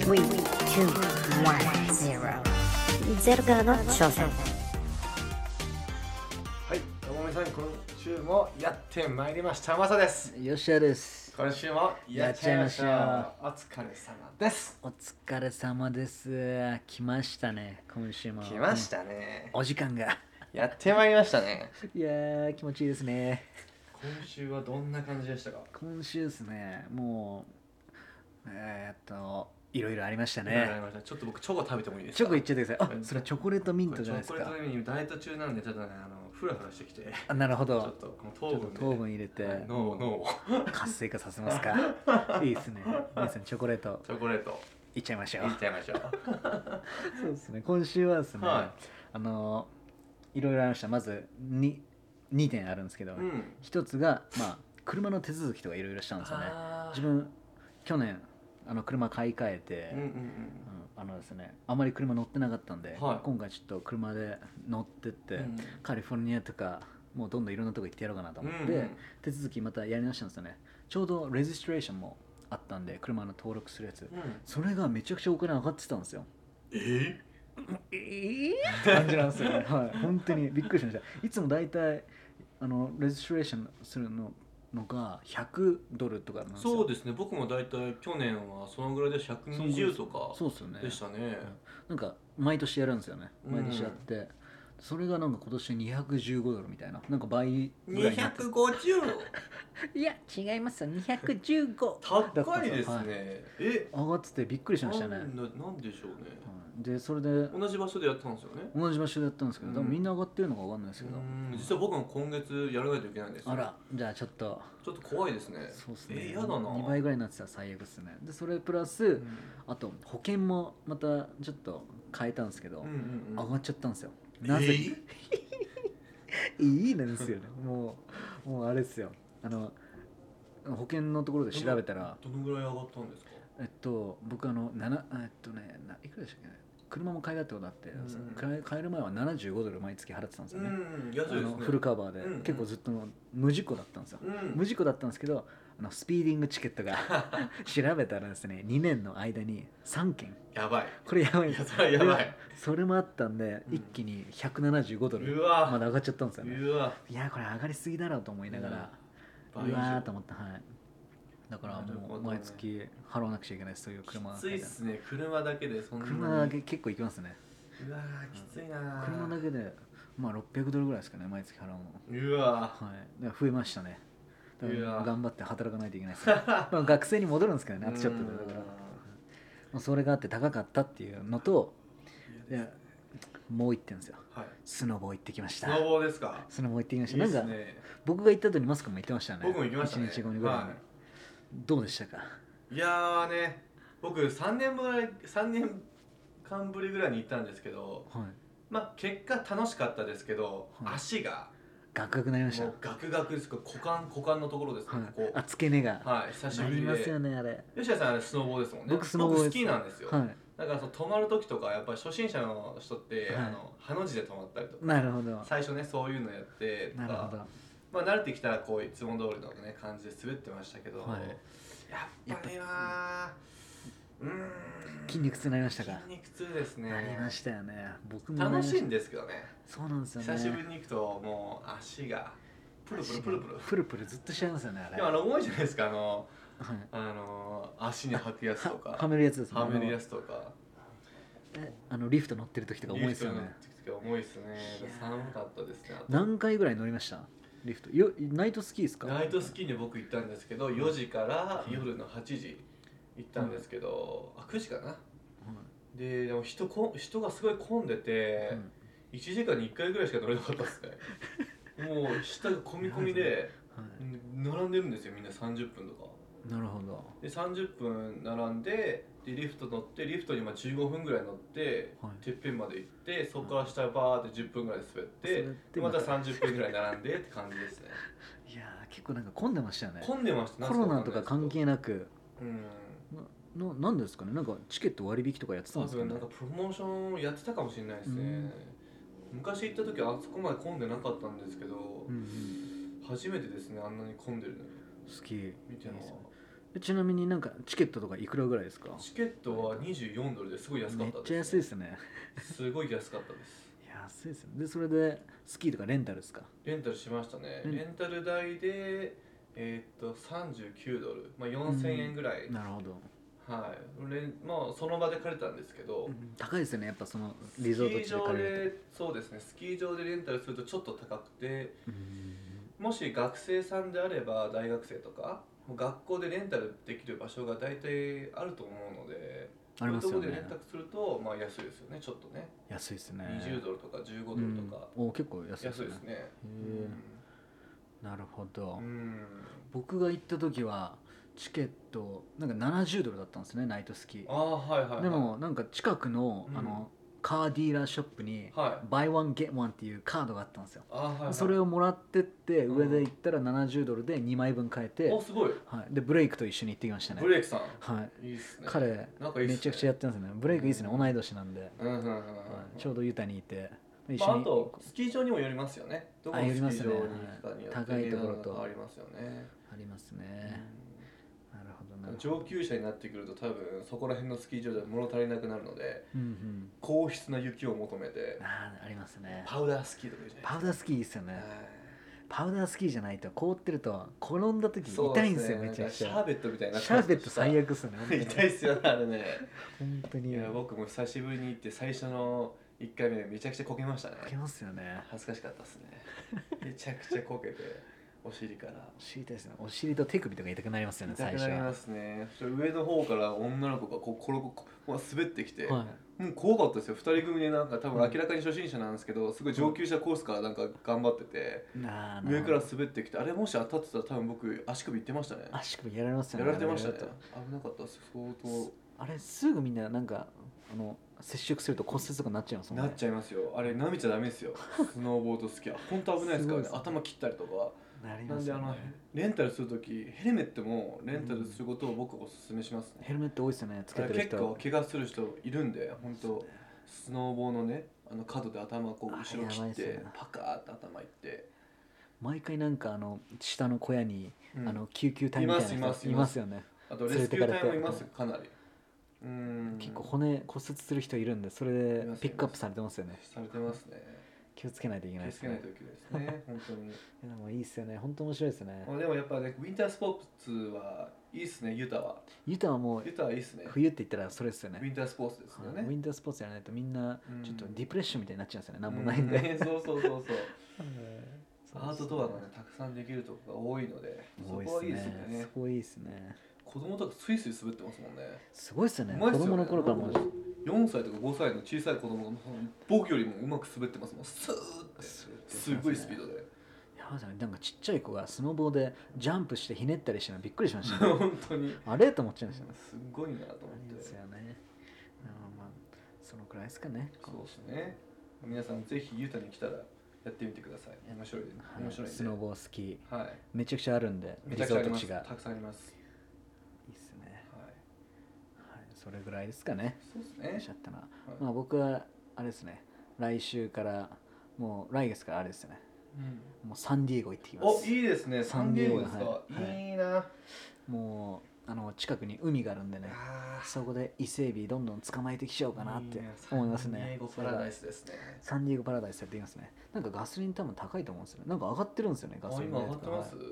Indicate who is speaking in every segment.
Speaker 1: three, two, one, zero. ゼロからの挑戦。
Speaker 2: はい、ともみさん、今週もやってまいりました。まさです。
Speaker 3: よっしゃです。
Speaker 2: 今週もやっちゃいましょう。お
Speaker 3: やっちゃい
Speaker 2: 疲れ様です。
Speaker 3: お疲れ様です。来ましたね、今週も。
Speaker 2: 来ましたね。
Speaker 3: お時間が。
Speaker 2: やってまいりましたね。
Speaker 3: いやー、気持ちいいですね。
Speaker 2: 今週はどんな感じでしたか
Speaker 3: 今週ですね、もう、えー、っと、いろいろありました
Speaker 2: わかり
Speaker 3: ね。
Speaker 2: ましたちょっと僕チョコ食べてもいいです
Speaker 3: チ
Speaker 2: か
Speaker 3: ョコいっちゃってください。
Speaker 2: うん
Speaker 3: あ、それチョコレートミン
Speaker 2: こ
Speaker 3: ト
Speaker 2: れ
Speaker 3: じ
Speaker 2: チ
Speaker 3: ゃない
Speaker 2: ョ
Speaker 3: です
Speaker 2: コレート
Speaker 3: か
Speaker 2: の。意味ダイエット中なんでちょっとねあのフラフラしてきて
Speaker 3: あなるほ
Speaker 2: ちょ
Speaker 3: ど
Speaker 2: っ。とこの
Speaker 3: ちょっと
Speaker 2: 糖
Speaker 3: 糖
Speaker 2: 分
Speaker 3: 分
Speaker 2: で
Speaker 3: 入れて
Speaker 2: はい脳を脳を
Speaker 3: 活性化させますか。 いいですね。皆さん、チョコレート
Speaker 2: チョコレート
Speaker 3: いっちゃいましょ
Speaker 2: いっ
Speaker 3: う。
Speaker 2: ちゃいましょう
Speaker 3: そうですね。今週はですね、
Speaker 2: は
Speaker 3: あのいろいろありました。まずに2点あるんですけど、
Speaker 2: うん
Speaker 3: 一つがまあ車の手続きとかいろいろしたんですよね。
Speaker 2: あー
Speaker 3: 自分去年あの車買い替えて、
Speaker 2: うんうん
Speaker 3: うんあのですねあまり車乗ってなかったんで、
Speaker 2: はい
Speaker 3: 今回ちょっと車で乗ってって、
Speaker 2: うんうん
Speaker 3: カリフォルニアとかもうどんどんいろんなとこ行ってやろうかなと思って、
Speaker 2: うんうん
Speaker 3: 手続きまたやり直したんですよね。ちょうどレジストレーションもあったんで車の登録するやつ。
Speaker 2: うん
Speaker 3: それがめちゃくちゃお金上がってたんですよ。
Speaker 2: え
Speaker 3: えーって感じなんですよね。はい、本当にびっくりしました。いつも大体あのレジストレーションするののが100ドルとかなんですよ。
Speaker 2: そう
Speaker 3: で
Speaker 2: ですね僕も大体去年はそのぐらいで120とか
Speaker 3: そうですよね。
Speaker 2: でしたね
Speaker 3: なんか毎年やるんですよね。
Speaker 2: うん
Speaker 3: 毎年やって、それがなんか今年215ドルみたいな、なんか倍ぐらいになって。
Speaker 2: 250
Speaker 3: いや違いますよ。215。
Speaker 2: 高いです
Speaker 3: はい
Speaker 2: ねえ
Speaker 3: 上がっててびっくりし
Speaker 2: な
Speaker 3: ました
Speaker 2: ん
Speaker 3: ね。
Speaker 2: な
Speaker 3: はい
Speaker 2: なんでしょうね
Speaker 3: でそれで
Speaker 2: 同じ場所でやってたんですよね
Speaker 3: 同じ場所でやったんですけど、
Speaker 2: うん
Speaker 3: 多分みんな上がってるのかわかんないですけど。
Speaker 2: うん実は僕も今月やらないといけないんですよ
Speaker 3: あらじゃあちょっと。
Speaker 2: ちょっと怖いですね
Speaker 3: そうですね、
Speaker 2: えー、やだな
Speaker 3: 2倍ぐらいになってたら最悪ですねでそれプラス、
Speaker 2: うん
Speaker 3: あと保険もまたちょっと変えたんですけど、
Speaker 2: うんうん
Speaker 3: 上
Speaker 2: う
Speaker 3: が
Speaker 2: ん
Speaker 3: っちゃったんですよなぜ、いいなんですよねもうもうあれですよあの保険のところで調べたら
Speaker 2: どのぐらい上がったんですか
Speaker 3: えっと僕あのなえっとねないくらでしたっけね車も買いだってことあって、
Speaker 2: うん
Speaker 3: 買い買える前は75ドル毎月払ってたんですよね、
Speaker 2: ん安いです
Speaker 3: あ
Speaker 2: ね
Speaker 3: のフルカバーで、
Speaker 2: うん
Speaker 3: 結構ずっと無事故だったんですよ、
Speaker 2: うん
Speaker 3: 無事故だったんですけどあのスピーディングチケットが 調べたらですね2年の間に3件
Speaker 2: やばい
Speaker 3: これやばい
Speaker 2: い
Speaker 3: で
Speaker 2: や
Speaker 3: す
Speaker 2: それはやばい
Speaker 3: それもあったんで、
Speaker 2: うん
Speaker 3: 一気に175ド
Speaker 2: う
Speaker 3: ル
Speaker 2: わ
Speaker 3: まで上がっちゃったんですよね
Speaker 2: うわ
Speaker 3: いやこれ上がりすぎだろうと思いながら、う
Speaker 2: 倍以上
Speaker 3: わーと思ってはいだから
Speaker 2: なるほ
Speaker 3: も
Speaker 2: ど
Speaker 3: う
Speaker 2: ね
Speaker 3: 毎月払わなくちゃいけないそういう車が
Speaker 2: きついっすね車だけでそんなに
Speaker 3: 車だけ結構行きますね
Speaker 2: うわーきついなー
Speaker 3: 車だけでまあ600ドルぐらいですかね毎月払うの
Speaker 2: うわ
Speaker 3: はい、だから増えましたね。だから
Speaker 2: いやー
Speaker 3: 頑張って働かないといけないです、 ね。まあ学生に戻るんですけどね、
Speaker 2: ー
Speaker 3: あとちょっとでだ
Speaker 2: う
Speaker 3: から。
Speaker 2: ん
Speaker 3: まあそれがあって高かったっていうのと、いやもう一点ですよ。
Speaker 2: はい
Speaker 3: スノボ行ってきまし
Speaker 2: ス
Speaker 3: た。
Speaker 2: ノボーですか
Speaker 3: スノボ行ってきまし
Speaker 2: い
Speaker 3: た。
Speaker 2: いっす
Speaker 3: なんか
Speaker 2: ね
Speaker 3: 僕が行った後にマスクも行ってましたね。
Speaker 2: 僕も行きましたね
Speaker 3: 1日後にぐらいに、
Speaker 2: は
Speaker 3: どうでしたか
Speaker 2: いやーね僕3年ぶり3年間ぶりぐらいに行ったんですけど
Speaker 3: はい。
Speaker 2: まあ結果楽しかったですけど、
Speaker 3: はい
Speaker 2: 足が
Speaker 3: ガクガクなりました。
Speaker 2: もうガクガクですか股間股間のところですね、
Speaker 3: はい、
Speaker 2: こ
Speaker 3: あ、付け根
Speaker 2: こ
Speaker 3: が。
Speaker 2: はい久し
Speaker 3: な
Speaker 2: ぶ
Speaker 3: り
Speaker 2: り
Speaker 3: ますよ
Speaker 2: で
Speaker 3: ね、あれ。
Speaker 2: 吉田さんあれスノボーですもんね
Speaker 3: 僕スノボーです
Speaker 2: 僕好きなんですよ、
Speaker 3: はい。
Speaker 2: だからその泊まる時とかやっぱり初心者の人って、
Speaker 3: はい
Speaker 2: あのハの字で泊まったりとか
Speaker 3: なるほど。
Speaker 2: 最初ねそういうのやってと
Speaker 3: なるほ
Speaker 2: か
Speaker 3: ど。
Speaker 2: まあ慣れてきたらこういつも通りのね感じで滑ってましたけど、
Speaker 3: はい
Speaker 2: やっぱりはうーん
Speaker 3: 筋肉痛になりましたか
Speaker 2: 筋肉痛ですね
Speaker 3: ありましたよね。僕もね
Speaker 2: 楽しいんですけどね
Speaker 3: そうなんですよね。
Speaker 2: 久しぶりに行くともう足がプルプルプルプル
Speaker 3: プルプルずっとしちゃいますよねあれ
Speaker 2: でもあ
Speaker 3: は
Speaker 2: の重いじゃないですかあの
Speaker 3: い
Speaker 2: あの足に履くやつと
Speaker 3: は
Speaker 2: か
Speaker 3: はめるやつですね
Speaker 2: はめるやつとか
Speaker 3: あのえあのリフト乗ってる時とか重いですよね
Speaker 2: リフトの時々重いですね
Speaker 3: いやー
Speaker 2: 寒かったですねあと
Speaker 3: 何回ぐらい乗りましたリフトよナイトスキーですか
Speaker 2: ナイトスキーに僕行ったんですけど4時から夜の8時行ったんですけど、あ9時かなででも人こ人がすごい混んでて、
Speaker 3: うん
Speaker 2: 1時間に1回ぐらいしか乗れなかったですね もう下が込み込みで
Speaker 3: はい
Speaker 2: 並んでるんですよみんな30分とか
Speaker 3: なるほど
Speaker 2: で30分並んででリフト乗ってリフトにまあ15分ぐらい乗って、
Speaker 3: はい
Speaker 2: てっぺんまで行ってそこから下バーって10分ぐらいで滑って、
Speaker 3: 滑っ
Speaker 2: で
Speaker 3: て
Speaker 2: また
Speaker 3: また
Speaker 2: 30分ぐらい並んでって感じです ね
Speaker 3: いやー結構なんか混んでましたよね
Speaker 2: 混んでました
Speaker 3: コロナとか関係
Speaker 2: ない
Speaker 3: なく
Speaker 2: うん
Speaker 3: なななんですかねなんかチケット割引とかやってた
Speaker 2: 多
Speaker 3: んですか
Speaker 2: 分
Speaker 3: ね
Speaker 2: なんかプロモーションをやってたかもしれないですね、
Speaker 3: うん
Speaker 2: 昔行った時はあそこまで混んでなかったんですけど、
Speaker 3: うんうん
Speaker 2: 初めてですねあんなに混んでるの
Speaker 3: スキーいい
Speaker 2: 見て
Speaker 3: ですよ
Speaker 2: のは
Speaker 3: ねえちなみになんかチケットとかいくらぐらいですか
Speaker 2: チケットは24ドルですごい安か
Speaker 3: め
Speaker 2: っ
Speaker 3: ったちゃ安いです
Speaker 2: ね
Speaker 3: すね
Speaker 2: すごい安かったです
Speaker 3: 安いですねでそれでスキーとかレンタルですか
Speaker 2: レンタルしましたね、
Speaker 3: うん
Speaker 2: レンタル代でえーっと39ドル、まあ、4000円ぐらい、
Speaker 3: なるほど、
Speaker 2: はいレンまあその場で借りたんですけど、
Speaker 3: うん高いですよねやっぱその
Speaker 2: スキ
Speaker 3: リゾート
Speaker 2: ー
Speaker 3: 地で
Speaker 2: 場
Speaker 3: 借りる
Speaker 2: でそうですねスキー場でレンタルするとちょっと高くて
Speaker 3: とうん
Speaker 2: もし学生さんであれば大学生とかもう学校でレンタルできる場所が大体あると思うので
Speaker 3: ありますよ
Speaker 2: そういうとこでレ
Speaker 3: ね
Speaker 2: ンタルするとまあ安いですよねちょっとね
Speaker 3: 安いですね
Speaker 2: 20ドルとか15ドルとか、
Speaker 3: うんお結構安いです
Speaker 2: 安
Speaker 3: ね
Speaker 2: いですね
Speaker 3: へなるほど、
Speaker 2: うん、うん
Speaker 3: 僕が行った時はチケットなんか70ドルだったんですねナイトスキー、
Speaker 2: ああはいはい、はい、
Speaker 3: でもなんか近くの,、
Speaker 2: うん
Speaker 3: あのカーディーラーショップに
Speaker 2: は
Speaker 3: 「buy one get one」っていうカードがあったんですよ
Speaker 2: あーはいはい
Speaker 3: それ
Speaker 2: を
Speaker 3: をもらってって
Speaker 2: うん
Speaker 3: 上で行ったら70ドルで2枚分買えて、
Speaker 2: おすごい
Speaker 3: はい、でブレイクと一緒に行ってきましたね
Speaker 2: ブレイクさん
Speaker 3: はい、
Speaker 2: いいっすね
Speaker 3: 彼
Speaker 2: なんかいいっすね
Speaker 3: めちゃくちゃやってますねブレイクいいですね
Speaker 2: うん
Speaker 3: 同い年なんで、はい
Speaker 2: うんうんうんうん、
Speaker 3: ちょうどユタにいて一
Speaker 2: まあ、
Speaker 3: 緒
Speaker 2: あ
Speaker 3: に、
Speaker 2: とスキー場にもよりますよねどこのスキー場に行くかによって
Speaker 3: ありますねはい高いところと
Speaker 2: 値段がありますよね、
Speaker 3: ありますね、なるほどな
Speaker 2: うん上級者になってくると多分そこら辺のスキー場では物足りなくなるので
Speaker 3: うん
Speaker 2: 硬質な雪を求めて
Speaker 3: うんあーありますね
Speaker 2: パウダースキーとか言うじゃない
Speaker 3: パウダースキーいいっすよね
Speaker 2: はい
Speaker 3: パウダースキーじゃないと凍ってると転んだ時
Speaker 2: そう
Speaker 3: 痛いんですよめちゃ
Speaker 2: なん
Speaker 3: くち
Speaker 2: かシャ
Speaker 3: ゃ
Speaker 2: ーベットみたいにな
Speaker 3: シャーベット最
Speaker 2: 悪
Speaker 3: 悪っすね本当に
Speaker 2: 痛いっすよねあれね
Speaker 3: 本当
Speaker 2: い
Speaker 3: に
Speaker 2: や僕も久しぶりに行って最初の1回目でめちゃくちゃこけましたね
Speaker 3: かけますよね
Speaker 2: 恥ずかしかった ですねめちゃくちゃこけてお尻から
Speaker 3: お尻痛いですねお尻と手首とか痛くなりますよね
Speaker 2: 痛
Speaker 3: 最
Speaker 2: く
Speaker 3: 初
Speaker 2: なりますねそれ上の方から女の子がこう転ぶこう滑ってきて、
Speaker 3: は
Speaker 2: もう怖かったですよ2人組でなんか多分
Speaker 3: うん
Speaker 2: 明らかに初心者なんですけどすごい上級者コースからなんか頑張ってて、
Speaker 3: いなあ
Speaker 2: 上から
Speaker 3: な
Speaker 2: 滑ってきてあれもし当たってたら多分僕足首いってましたね
Speaker 3: あ足首やられますよ
Speaker 2: や
Speaker 3: ね
Speaker 2: られてましたね
Speaker 3: あれだと
Speaker 2: 危なかったです相当
Speaker 3: あれすぐみんななんかあの接触すると骨折とかなっちゃいますもん
Speaker 2: な
Speaker 3: ね
Speaker 2: っちゃいますよあれ舐めちゃダメですよスノーボードス キーは本当危ないですからね
Speaker 3: すごいですね
Speaker 2: 頭切ったりとか
Speaker 3: なり
Speaker 2: な
Speaker 3: ま
Speaker 2: ん
Speaker 3: す
Speaker 2: で
Speaker 3: よ
Speaker 2: あの
Speaker 3: ね
Speaker 2: レンタルする時ヘルメットもレンタルすることを僕おすすめしますね、
Speaker 3: ヘルメット多いっすよねつけ
Speaker 2: あ
Speaker 3: て
Speaker 2: れ
Speaker 3: る
Speaker 2: 結
Speaker 3: 人
Speaker 2: 構怪我する人いるんで本当スノーボーのねあの角で頭こう
Speaker 3: あ
Speaker 2: 後ろ切っ
Speaker 3: やばいってすね
Speaker 2: パカーって頭いって、
Speaker 3: 毎回なんかあの下の小屋に、
Speaker 2: うん
Speaker 3: あの救急隊みたいな人
Speaker 2: いますいます
Speaker 3: いますよね
Speaker 2: あとレスキュー隊もいます
Speaker 3: 連れて
Speaker 2: かなりうん
Speaker 3: 結構骨骨折する人いるんでそれで
Speaker 2: います
Speaker 3: ピックアップされてますよね
Speaker 2: されてますね
Speaker 3: 気をつけないといけ
Speaker 2: 気
Speaker 3: ない
Speaker 2: を
Speaker 3: で
Speaker 2: つ
Speaker 3: す
Speaker 2: けない
Speaker 3: ね
Speaker 2: といけないですね本当に
Speaker 3: いやでもいいっすよね本当面白いですね
Speaker 2: まあでもやっぱねウィンタースポーツはいいっすねユタは
Speaker 3: ユタはもう
Speaker 2: ユタはいいっすね
Speaker 3: 冬って言ったらそれですよね
Speaker 2: ウィンタースポーツですよ
Speaker 3: はいウィ
Speaker 2: ね
Speaker 3: ンタースポーツやらないとみんなちょっと
Speaker 2: うん
Speaker 3: ディプレッションみたいになっちゃうんですよね、なんもないんで、
Speaker 2: う ねそうそう そうそう
Speaker 3: そう
Speaker 2: アートドアがねたくさんできるとこが多いのでそこはいいですよ
Speaker 3: 多いっすね
Speaker 2: ね
Speaker 3: そこいいですね
Speaker 2: 子供とかスイスイ滑ってますもんね
Speaker 3: すごいっすよね
Speaker 2: うまい
Speaker 3: 子
Speaker 2: っすよね
Speaker 3: 供の頃からも
Speaker 2: 僕も4歳とか5歳の小さい子供がもう僕よりもうまく滑ってますもんスーってすごいスピードで
Speaker 3: やばいじゃないなんかちっちゃい子がスノボーでジャンプしてひねったりしてるのびっくりしました、ね、
Speaker 2: 本当に
Speaker 3: あれと思っちゃうんですよね
Speaker 2: すごいなと思
Speaker 3: いい
Speaker 2: っ
Speaker 3: です
Speaker 2: て
Speaker 3: よねうんまあそのくらいですかね
Speaker 2: そうですね皆さんぜひユタに来たらやってみてください面白いです
Speaker 3: はい
Speaker 2: 面白いんで
Speaker 3: スノボー好き
Speaker 2: はい
Speaker 3: めちゃくちゃあるんで
Speaker 2: め
Speaker 3: リ
Speaker 2: ちゃく
Speaker 3: ゾ
Speaker 2: ちゃあり
Speaker 3: ート
Speaker 2: ます
Speaker 3: 地が
Speaker 2: たくさんあります
Speaker 3: いいっすね、
Speaker 2: はい
Speaker 3: はい、それぐらいですかね
Speaker 2: そうです
Speaker 3: おっ
Speaker 2: ね
Speaker 3: しゃったな
Speaker 2: はい
Speaker 3: まあ僕はあれですね来週からもう来月からあれですね
Speaker 2: うん
Speaker 3: もうサンディエゴ行ってきま
Speaker 2: お
Speaker 3: す
Speaker 2: いいですねサ
Speaker 3: サ
Speaker 2: ン
Speaker 3: ン
Speaker 2: デ
Speaker 3: デ
Speaker 2: ィ
Speaker 3: ィ
Speaker 2: エゴ
Speaker 3: エゴ
Speaker 2: ですか、
Speaker 3: はいはい
Speaker 2: い、いな
Speaker 3: もうあの近くに海があるんでね
Speaker 2: あー
Speaker 3: そこで伊勢海老どんどん捕まえてきちゃおうかなって
Speaker 2: ね
Speaker 3: 思いま
Speaker 2: サ
Speaker 3: す
Speaker 2: ンディエ
Speaker 3: ね
Speaker 2: ゴパラダイスですね
Speaker 3: サンディエゴパラダイスやって言いますねなんかガソリン多分高いと思うんですよねなんか上がってるんですよね
Speaker 2: あ
Speaker 3: ガソリン
Speaker 2: 今
Speaker 3: 代
Speaker 2: 上が
Speaker 3: と
Speaker 2: って
Speaker 3: か、
Speaker 2: ます、
Speaker 3: はい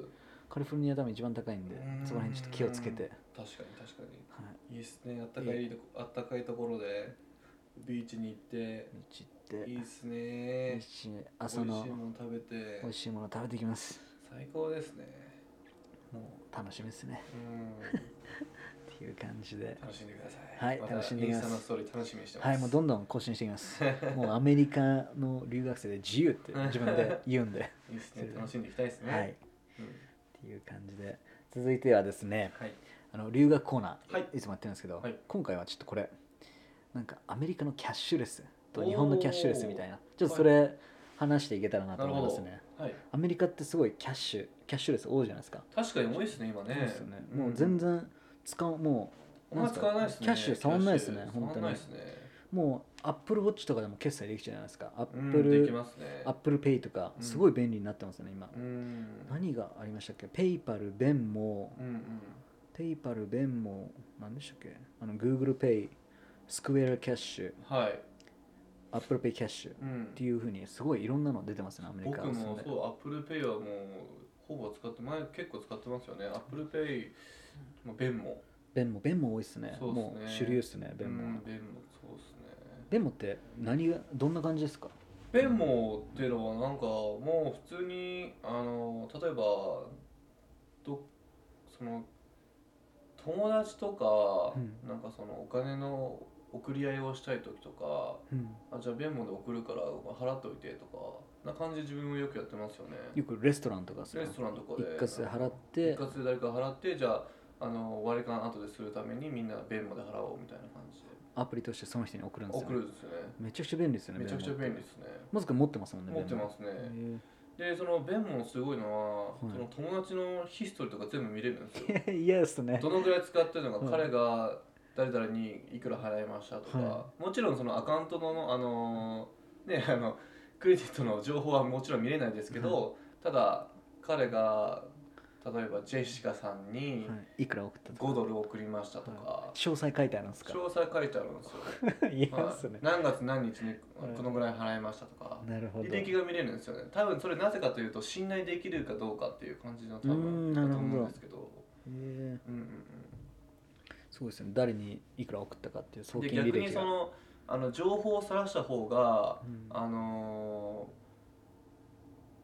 Speaker 3: カリフォルニア多分一番高いんで
Speaker 2: うーん
Speaker 3: そこら辺ちょっと気をつけて、はい、
Speaker 2: 確かに確かにいいですねあったかいとこあったかいところでビーチに行って
Speaker 3: 道行って
Speaker 2: いいですね
Speaker 3: 美味しい朝
Speaker 2: 美味
Speaker 3: の
Speaker 2: しいもの食べて
Speaker 3: 美味しいもの食べてきます
Speaker 2: 最高ですね
Speaker 3: もう楽しみですね
Speaker 2: うん
Speaker 3: っていう感じで
Speaker 2: 楽しんでください
Speaker 3: はい
Speaker 2: また
Speaker 3: 楽しんでください
Speaker 2: インスタのストーリー楽しみにしてます
Speaker 3: はいもうどんどん更新していきますもうアメリカの留学生で自由って自分で言うんで
Speaker 2: いいです ね楽しんでいきたいですね
Speaker 3: はいっ
Speaker 2: うん
Speaker 3: ていう感じで続いてはですね
Speaker 2: はい
Speaker 3: あの留学コーナー、
Speaker 2: はい
Speaker 3: い、つもやってるんですけど、
Speaker 2: はい
Speaker 3: 今回はちょっとこれなんかアメリカのキャッシュレス
Speaker 2: お
Speaker 3: と
Speaker 2: ー
Speaker 3: 日本のキャッシュレスみたいなちょっとそれ話していけたらなと
Speaker 2: なる
Speaker 3: 思
Speaker 2: ほ
Speaker 3: います
Speaker 2: ど
Speaker 3: ね、
Speaker 2: はい
Speaker 3: アメリカってすごいキャッシュキャッシュレス多いじゃないですか、
Speaker 2: 確かに多いですね今ね
Speaker 3: そうですよねもう全然使うも
Speaker 2: あんま使わないですね
Speaker 3: キャッシュ触んないですね
Speaker 2: キャッシュ触んないですね
Speaker 3: うもうアップルウォッチとかでも決済できちゃうじゃないですかアッ
Speaker 2: う
Speaker 3: プ
Speaker 2: んでき
Speaker 3: ル
Speaker 2: ますね
Speaker 3: アップルペイとか
Speaker 2: うん
Speaker 3: すごい便利になってますよね今、
Speaker 2: うん
Speaker 3: 何がありましたっけペイパルベンモ
Speaker 2: うんうん
Speaker 3: ペペイパル、ベンモ、なんでしたっけあの、Google Pay、Square Cash、
Speaker 2: はい、
Speaker 3: Apple Pay Cash っ
Speaker 2: うん
Speaker 3: ていうふうに、すごいいろんなの出てますね、アメリカ
Speaker 2: 僕
Speaker 3: は住ん
Speaker 2: も
Speaker 3: で。
Speaker 2: そう、アップルペイはもうほぼ使って、前結構使ってますよね。アップルペイ、まあ、ベンも。
Speaker 3: ベンモ、ベンモ多いっすね。
Speaker 2: そうっすね
Speaker 3: もう主流っすね、ベ
Speaker 2: ベ
Speaker 3: ン
Speaker 2: ン
Speaker 3: モ
Speaker 2: も。。ベンもそうですね。
Speaker 3: ベンモって何が、どんな感じですか
Speaker 2: ベンモっていうのはなんかもう普通にあの例えばどその友達とか、
Speaker 3: うん
Speaker 2: なんかそのお金の送り合いをしたい時とか
Speaker 3: うん
Speaker 2: あじゃあベンモで送るから払っておいてとかな感じで自分もよくやってますよね
Speaker 3: よくレストランとかさ
Speaker 2: レストランとかで
Speaker 3: 一括で払って
Speaker 2: 一括で誰か払ってじゃああの割り勘後でするためにみんなベンモで払おうみたいな感じで
Speaker 3: アプリとしてその人に送るんですよ
Speaker 2: 送
Speaker 3: ね、
Speaker 2: るんですよね
Speaker 3: めちゃくちゃ便利ですよね
Speaker 2: めちゃくちゃ
Speaker 3: ベン
Speaker 2: 便
Speaker 3: モ
Speaker 2: 利
Speaker 3: っ
Speaker 2: で
Speaker 3: て
Speaker 2: すね
Speaker 3: マズ君持ってますもんね
Speaker 2: 持ってますすね、
Speaker 3: ね
Speaker 2: でそのベンモンすごいのは、
Speaker 3: い
Speaker 2: その友達のヒストリーとか全部見れるんですよ
Speaker 3: 嫌ですね
Speaker 2: どのぐらい使ってるのか、
Speaker 3: うん
Speaker 2: 彼が誰々にいくら払いましたとか、
Speaker 3: は
Speaker 2: もちろんそのアカウントのあのーねあのクレジットの情報はもちろん見れないですけど、ただ彼が例えばジェシカさんに
Speaker 3: はいいくら送ったとか
Speaker 2: 5ドル送りましたとか、
Speaker 3: 詳細書いてあるんですか
Speaker 2: 詳細書いてあるんですよ、
Speaker 3: 嫌
Speaker 2: は
Speaker 3: です
Speaker 2: い、
Speaker 3: ね
Speaker 2: 何月何日に
Speaker 3: はい
Speaker 2: このぐらい払いましたとか、
Speaker 3: なるほど
Speaker 2: 履歴が見れるんですよね多分それなぜかというと信頼できるかどうかっていう感じの多
Speaker 3: うーん
Speaker 2: 分
Speaker 3: な
Speaker 2: だ
Speaker 3: る
Speaker 2: と
Speaker 3: ほど
Speaker 2: 思うんですけど
Speaker 3: え
Speaker 2: うんうん
Speaker 3: そうですね誰にいくら送ったかっていう
Speaker 2: う
Speaker 3: 送
Speaker 2: んで
Speaker 3: 金履
Speaker 2: 逆に
Speaker 3: 歴
Speaker 2: そ
Speaker 3: が
Speaker 2: のあの情報をさらした方が、
Speaker 3: うん
Speaker 2: あの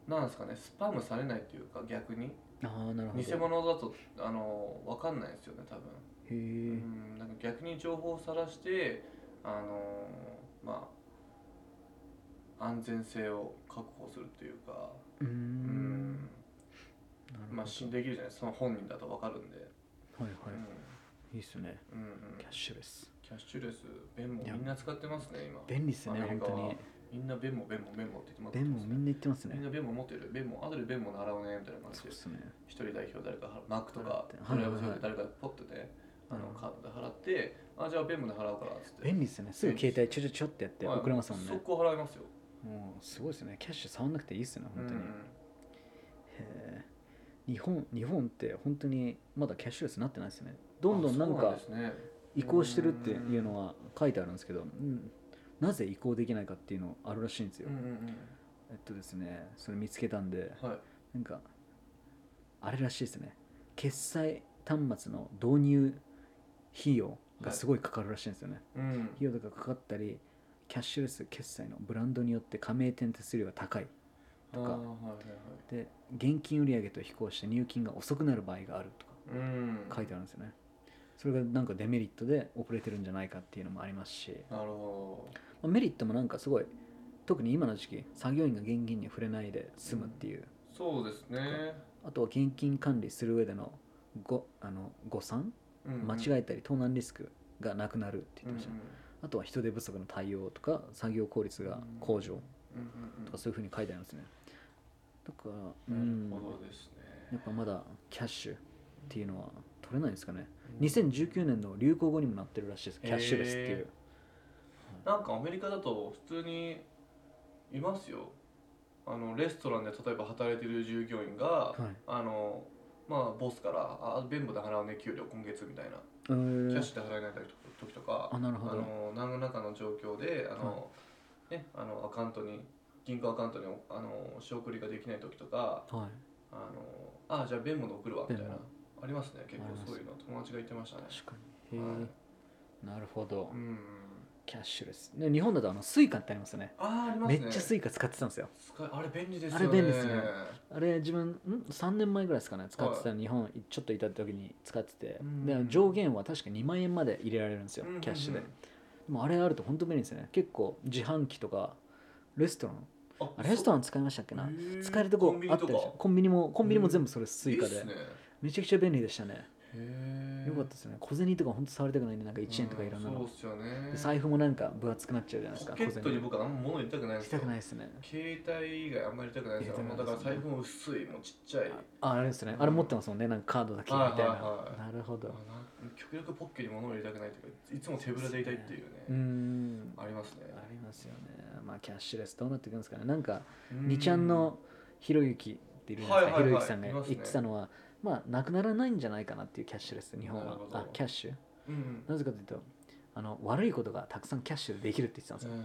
Speaker 2: ーなんですかねスパムされないというか逆に
Speaker 3: ああなるほど
Speaker 2: 偽物だとあのーわかんないですよね多分、
Speaker 3: へ
Speaker 2: う
Speaker 3: え
Speaker 2: んなんか逆に情報をさらしてあのーまあ安全性を確保するというか
Speaker 3: うー
Speaker 2: うんん
Speaker 3: なるほど
Speaker 2: まあ信頼できるじゃないその本人だと分かるんで、
Speaker 3: はいはいいいっすね
Speaker 2: うんうんうん
Speaker 3: キャッシュレス
Speaker 2: キャッシュレスベンモ
Speaker 3: いや
Speaker 2: みんな使ってますね今
Speaker 3: 便利っすね
Speaker 2: アメリ
Speaker 3: 本
Speaker 2: カ
Speaker 3: 当
Speaker 2: は
Speaker 3: に
Speaker 2: みんなベンモベンモベンモって言ってます
Speaker 3: ベンモみんな言ってます
Speaker 2: みん
Speaker 3: ね
Speaker 2: なベンモ持ってるベンモ後でベンモ習おうねみたいな感じ
Speaker 3: そ
Speaker 2: で
Speaker 3: うですね
Speaker 2: 一人代表誰か払うマックと
Speaker 3: 払っ
Speaker 2: か
Speaker 3: て
Speaker 2: ドライ
Speaker 3: は
Speaker 2: ブ
Speaker 3: い
Speaker 2: する
Speaker 3: はいはい
Speaker 2: 誰かポッとねあ
Speaker 3: う
Speaker 2: の
Speaker 3: ん
Speaker 2: カードで払ってあじゃあベンモで払うからっつって
Speaker 3: 便利ですねすぐ携帯ちょちょちょってやって
Speaker 2: はい
Speaker 3: 送れますもんね
Speaker 2: 速攻払いますよ
Speaker 3: もうすごいですねキャッシュ触んなくていいですね本当に、
Speaker 2: うんうん
Speaker 3: へえ日本日本って本当にまだキャッシュレスになってないですねどんどんなん
Speaker 2: あそう
Speaker 3: か
Speaker 2: ですね
Speaker 3: 移行してるっていうのは書いてあるんですけど、うんなぜ移行できないかっていうのあるらしいんですよ、
Speaker 2: うんうん
Speaker 3: えっとですねそれ見つけたんで
Speaker 2: うんはい
Speaker 3: なんかあれらしいですね決済端末の導入費用がすごいかかるらしいんですよね、
Speaker 2: うん
Speaker 3: 費用とかかかったりキャッシュレス決済のブランドによって加盟店手数料が高いとか
Speaker 2: あーはいはいはい
Speaker 3: で現金売上と比行して入金が遅くなる場合があると
Speaker 2: うん
Speaker 3: か書いてあるんですよねそれがなんかデメリットで遅れてるんじゃないかっていうのもありますし、
Speaker 2: なるほど
Speaker 3: まあメリットもなんかすごい特に今の時期作業員が現金に触れないで済むっていう、
Speaker 2: そうですね、
Speaker 3: あとは現金管理する上でのごあの誤算
Speaker 2: うんうん
Speaker 3: 間違えたり盗難リスクがなくなるって言ってましたね、
Speaker 2: う
Speaker 3: あとは人手不足の対応とか作業効率が向上
Speaker 2: んうんうん
Speaker 3: とかそういうふうに書いてありますねだからう
Speaker 2: うんんなるほどですね
Speaker 3: やっぱまだキャッシュっていうのは取れないんですかね2019年の流行語にもなってるらしいですキャッシュレスっていう、
Speaker 2: なんかアメリカだと普通にいますよあのレストランで例えば働いてる従業員が、
Speaker 3: はい
Speaker 2: あのまあボスから「あ弁護で払うね給料今月」みたいな、
Speaker 3: えー
Speaker 2: キャッシュで払えない時とか
Speaker 3: あなるほど
Speaker 2: あの何らかの状況であの、ねあのアカウントに銀行アカウントにあの仕送りができない時とか
Speaker 3: はい
Speaker 2: あのあじゃあ弁護で送るわみたい
Speaker 3: 弁
Speaker 2: なありますね結
Speaker 3: ありま
Speaker 2: 構
Speaker 3: す
Speaker 2: そういうの友達が言ってましたね
Speaker 3: 確かにへえ、
Speaker 2: はい
Speaker 3: なるほど
Speaker 2: うん
Speaker 3: キャッシュレスね日本だとあのスイカってありますよね
Speaker 2: あーあります
Speaker 3: め
Speaker 2: ね
Speaker 3: っちゃスイカ使ってたんですよ
Speaker 2: 使いあれ便利です
Speaker 3: あ
Speaker 2: よ
Speaker 3: れ
Speaker 2: ね
Speaker 3: 便利ですねあれ自分ん3年前ぐらいですかね使ってた
Speaker 2: は
Speaker 3: 日本ちょっといた時に使ってて、
Speaker 2: うん
Speaker 3: で上限は確か2万円まで入れられるんですよ、
Speaker 2: うんうんうん
Speaker 3: キャッシュででもあれあると本当便利ですね結構自販機とかレストランあレスト
Speaker 2: ラ
Speaker 3: ラン使いましたっけな
Speaker 2: ン
Speaker 3: 使えるとこあったりしてコンビニもコンビニも全部それスイカで、
Speaker 2: いいっすね
Speaker 3: めちゃくちゃ便利でしたね
Speaker 2: へー
Speaker 3: よかったですね小銭とか本当触りたくないんでなんか1円とかいらんな
Speaker 2: う
Speaker 3: の、
Speaker 2: そうっすよね
Speaker 3: で財布もなんか分厚くなっちゃうじゃないですか
Speaker 2: ポケットに
Speaker 3: 小
Speaker 2: 僕はあんま物入れたくないん
Speaker 3: 銭
Speaker 2: で
Speaker 3: し
Speaker 2: すよ
Speaker 3: たくないですね
Speaker 2: 携帯以外あんまり入れたくないんですよ
Speaker 3: 入れたく
Speaker 2: だ
Speaker 3: な
Speaker 2: から
Speaker 3: いですね
Speaker 2: 財布も薄いもうちっちゃい
Speaker 3: ああれですねあれ持ってますもんねなんかカードだけみたいな、
Speaker 2: はいはいは
Speaker 3: なるほ
Speaker 2: あ
Speaker 3: ど
Speaker 2: なん極力ポッケに物を入れたくないというかいつも手ぶらでいたいっていう
Speaker 3: うー
Speaker 2: ね
Speaker 3: ん
Speaker 2: ありますね
Speaker 3: ありますよね。まあキャッシュレスどうなっていくんですかね。なんか
Speaker 2: うん
Speaker 3: 二ちゃんのひろゆきっているじゃないですか。
Speaker 2: はいはい
Speaker 3: ひろゆ
Speaker 2: はい
Speaker 3: きさんが
Speaker 2: いますね
Speaker 3: 言ってたのは、まあなくならないんじゃないかなっていうキャッシュレス日本
Speaker 2: な
Speaker 3: は
Speaker 2: るほど
Speaker 3: あキャッシュ
Speaker 2: うん
Speaker 3: なぜかというとあの悪いことがたくさんキャッシュでできるって言ってたんですよ、
Speaker 2: う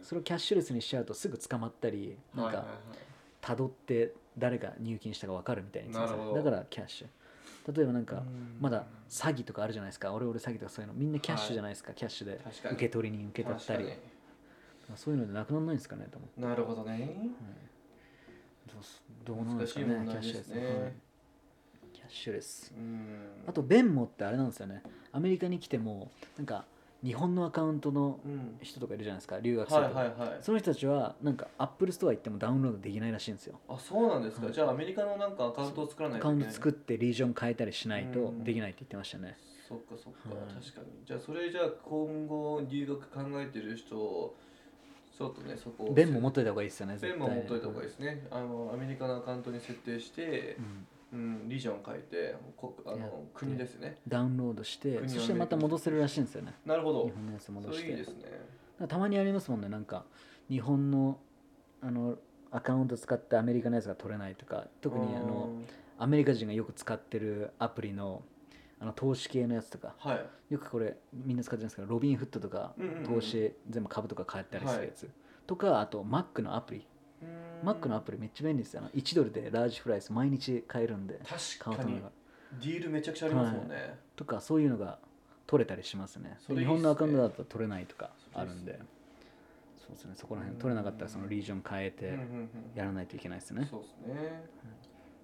Speaker 2: ん
Speaker 3: それをキャッシュレスにしちゃうとすぐ捕まったりなん
Speaker 2: はい
Speaker 3: か
Speaker 2: はいはい
Speaker 3: たどって誰が入金したか分かるみたいに言ってたんですよ
Speaker 2: なるほ
Speaker 3: だ
Speaker 2: ど
Speaker 3: からキャッシュ例えばなんか
Speaker 2: うん
Speaker 3: まだ詐欺とかあるじゃないですか俺俺詐欺とかそういうのみんなキャッシュじゃないですか、キャッシュで
Speaker 2: 確かに
Speaker 3: 受け取りに受け取ったり
Speaker 2: 確か
Speaker 3: そういうのでなくならないんですかねと思って
Speaker 2: になるほどね
Speaker 3: どうすどうなんですかね
Speaker 2: 難しい問
Speaker 3: キャ
Speaker 2: 題で
Speaker 3: ッシュレ
Speaker 2: す
Speaker 3: ス、
Speaker 2: ね
Speaker 3: はい、キャッシュレス
Speaker 2: うん
Speaker 3: あとベンモってあれなんですよねアメリカに来てもなんか日本のアカウントの
Speaker 2: うん
Speaker 3: 人とかいるじゃないですか留学生
Speaker 2: は
Speaker 3: と
Speaker 2: い
Speaker 3: か、
Speaker 2: はいはい
Speaker 3: その人たちはなんかアップルストア行ってもダウンロードできないらしいんですよ
Speaker 2: あそうなんですか、
Speaker 3: はい
Speaker 2: じゃあアメリカのなんかアカウントを作らな
Speaker 3: ア
Speaker 2: い
Speaker 3: カ
Speaker 2: とい
Speaker 3: ウン
Speaker 2: け
Speaker 3: ト
Speaker 2: ない
Speaker 3: 作ってリージョン変えたりしないと
Speaker 2: うん
Speaker 3: できないって言ってましたね、
Speaker 2: そっかそっか、
Speaker 3: はい
Speaker 2: 確かにじゃあそれじゃあ今後留学考えてる人ちょっとねそこ
Speaker 3: ベンも持っといた方がいいですよね
Speaker 2: ペンも持っといた方がいいですね、あのアメリカのアカウントに設定して
Speaker 3: う、
Speaker 2: う
Speaker 3: ん
Speaker 2: ん、リージョン変えてこあ
Speaker 3: やっ
Speaker 2: の
Speaker 3: て
Speaker 2: 国ですね
Speaker 3: ダウンロードして
Speaker 2: 国
Speaker 3: そしてまた戻せるらしいんですよね
Speaker 2: なるほ
Speaker 3: 日
Speaker 2: ど
Speaker 3: 本のやつ戻
Speaker 2: そ
Speaker 3: し
Speaker 2: れいい
Speaker 3: て
Speaker 2: ですね
Speaker 3: なんかたまにありますもんねなんか日本のあのアカウント使ってアメリカのやつが取れないとか特にあの
Speaker 2: うん
Speaker 3: アメリカ人がよく使ってるアプリのあの投資系のやつとか
Speaker 2: はい
Speaker 3: よくこれみんな使ってるんですけどロビンフットとか
Speaker 2: うんうんうん
Speaker 3: 投資全部株とか買ったりするやつとかあと Mac のアプリ Mac のアプリめっちゃ便利ですよあの1ドルでラージフライス毎日買えるんで
Speaker 2: リ
Speaker 3: 買
Speaker 2: 確
Speaker 3: おう
Speaker 2: か
Speaker 3: と思
Speaker 2: に
Speaker 3: えば
Speaker 2: ディールめちゃくちゃありますもんね、
Speaker 3: とかそういうのが取れたりしますね
Speaker 2: そ
Speaker 3: で
Speaker 2: れいい
Speaker 3: 日
Speaker 2: っすね
Speaker 3: 本のアカウントだと取れないとかあるん
Speaker 2: そ
Speaker 3: で
Speaker 2: れいいっ
Speaker 3: そうですねそこら辺取れなかったらそのリージョン変え
Speaker 2: うん
Speaker 3: て
Speaker 2: うんうん
Speaker 3: やらないといけないですね
Speaker 2: そうですね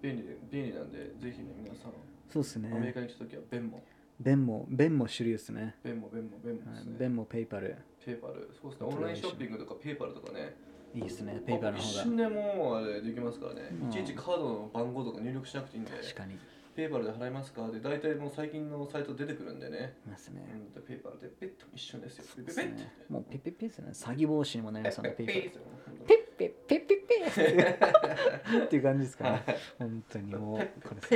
Speaker 2: 便利で便利なんでぜひね皆さん
Speaker 3: そうです
Speaker 2: アメリ
Speaker 3: ね
Speaker 2: カに来た時はベンモ
Speaker 3: ベンもベンも主流ですね
Speaker 2: ベンモベンモベンモですね、
Speaker 3: ベンもペイパル
Speaker 2: ペイパルそうですねオンラインショッピングとかペイパルとかね
Speaker 3: いいですねペイパルの
Speaker 2: 一
Speaker 3: 方が
Speaker 2: 瞬でもうあれできますからね、
Speaker 3: うん
Speaker 2: いちいちカードの番号とか入力しなくていいんで
Speaker 3: 確かにい
Speaker 2: ペイパルで払いますかで大体もう最近のサイト出てくるんでね、
Speaker 3: ます
Speaker 2: う
Speaker 3: ね
Speaker 2: ん、でペイパルでペッと一瞬ですよペ
Speaker 3: そ
Speaker 2: ッ
Speaker 3: う
Speaker 2: ペ
Speaker 3: です
Speaker 2: ペッ
Speaker 3: ねもうペッペッペッですね詐欺防止にもなります
Speaker 2: ペ
Speaker 3: ので
Speaker 2: ッ
Speaker 3: ペ
Speaker 2: ペ
Speaker 3: イ
Speaker 2: ッ
Speaker 3: パ
Speaker 2: ペ
Speaker 3: ル
Speaker 2: ッですよ
Speaker 3: ペッペッペッペッペッペッっていう感じですかね本当にも
Speaker 2: ペ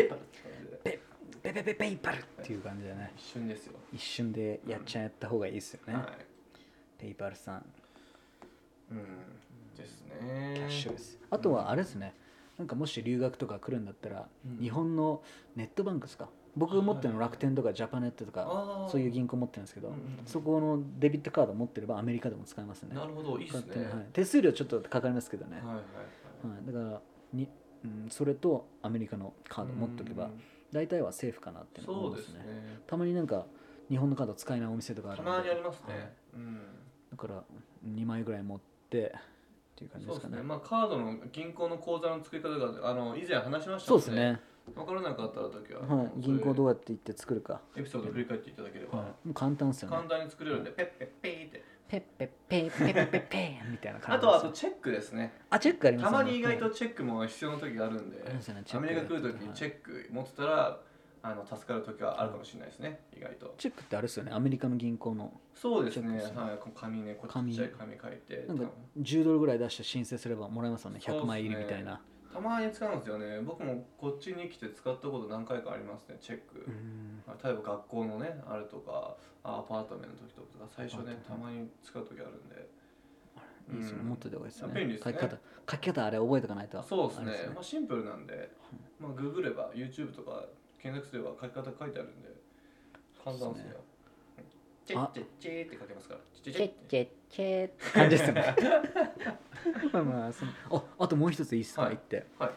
Speaker 3: うこ
Speaker 2: ッペイパルって感じで
Speaker 3: れペッペペペペイパルっていう感じだね
Speaker 2: 一瞬ですよ、
Speaker 3: 一瞬でやっちゃった方がいいですよね、
Speaker 2: はい
Speaker 3: ペイパルさん
Speaker 2: うんですね
Speaker 3: キャッシュレスあとはあれですねなんかもし留学とか来るんだったら、
Speaker 2: うん
Speaker 3: 日本のネットバンクですか僕が持ってるの楽天とかジャパネットとか
Speaker 2: あー
Speaker 3: そういう銀行持ってるんですけど、
Speaker 2: うんうんうん
Speaker 3: そこのデビットカード持ってればアメリカでも使えますね
Speaker 2: なるほどいいっす
Speaker 3: 勝手に
Speaker 2: ね
Speaker 3: はい、手数料ちょっとかかりますけどね、
Speaker 2: はいはいはい
Speaker 3: はい、だからに、うん、それとアメリカのカード持っておけば
Speaker 2: うん
Speaker 3: 大体はセーフかなって
Speaker 2: そ
Speaker 3: 思
Speaker 2: う
Speaker 3: いま
Speaker 2: ですす
Speaker 3: ね
Speaker 2: ね
Speaker 3: たまになんか日本のカード使えないお店とかあ
Speaker 2: た
Speaker 3: るんで
Speaker 2: まにありますね、
Speaker 3: はい
Speaker 2: うん
Speaker 3: だから2枚ぐらい持ってっていう感じ
Speaker 2: そ
Speaker 3: で
Speaker 2: う
Speaker 3: す
Speaker 2: で
Speaker 3: か
Speaker 2: す
Speaker 3: ね
Speaker 2: ね、まあ、カードの銀行の口座の作り方があの以前話しました
Speaker 3: そう
Speaker 2: の
Speaker 3: ですね、
Speaker 2: 分からなかった時は、
Speaker 3: はい、銀行どうやって行って作るか、
Speaker 2: エピソードを振り返っていただければ、
Speaker 3: もう簡単ですよ
Speaker 2: 簡
Speaker 3: ね
Speaker 2: 単に作れるんでペッペッペーって
Speaker 3: ペッペッペッペッペッペッペーみたいな
Speaker 2: あ
Speaker 3: 感じ
Speaker 2: と
Speaker 3: です
Speaker 2: はあとチェックですね
Speaker 3: あチェックあります
Speaker 2: た
Speaker 3: よね
Speaker 2: まに意外とチェックも必要な時があるんで
Speaker 3: ありますよねチェ
Speaker 2: ア
Speaker 3: ック
Speaker 2: メリカ来る時
Speaker 3: はい
Speaker 2: チェック持ってたらあの助かる時はあるかもしれないですね意外と
Speaker 3: チェックってあれですよねアメリカの銀行の
Speaker 2: そうですね
Speaker 3: チェックですね
Speaker 2: はいこう紙ねこうちっちゃい紙書いて
Speaker 3: なんか10ドルぐらい出して申請すればもらえますよね
Speaker 2: そうっ
Speaker 3: 100
Speaker 2: すね
Speaker 3: 枚入りみたいな
Speaker 2: たまに使うんですよね僕もこっちに来て使ったこと何回かありますねチェック、
Speaker 3: うん
Speaker 2: まあ例えば学校のねあれとかあアパートメントの時とか最初ね
Speaker 3: アパ
Speaker 2: た
Speaker 3: ート
Speaker 2: まに使う時あるんで
Speaker 3: いいですね
Speaker 2: うん
Speaker 3: 持っといた方がいいですね
Speaker 2: 便利ですね
Speaker 3: 書き方書き方あれ覚えとかないと
Speaker 2: そうです
Speaker 3: あ
Speaker 2: ね
Speaker 3: れ
Speaker 2: まあ、シンプルなんで、まあ、ググれば YouTube とか検索すれば書き方書いてあるんで簡単ですよチェッ
Speaker 3: あ
Speaker 2: チェッチェーって書けますからチェッチ
Speaker 1: チ
Speaker 2: ェ
Speaker 1: ェ
Speaker 2: ッ
Speaker 1: ッチェッチェッ
Speaker 3: 感じですよねまあまあそのああともう一ついいっすか、
Speaker 2: はい
Speaker 3: 言って
Speaker 2: はい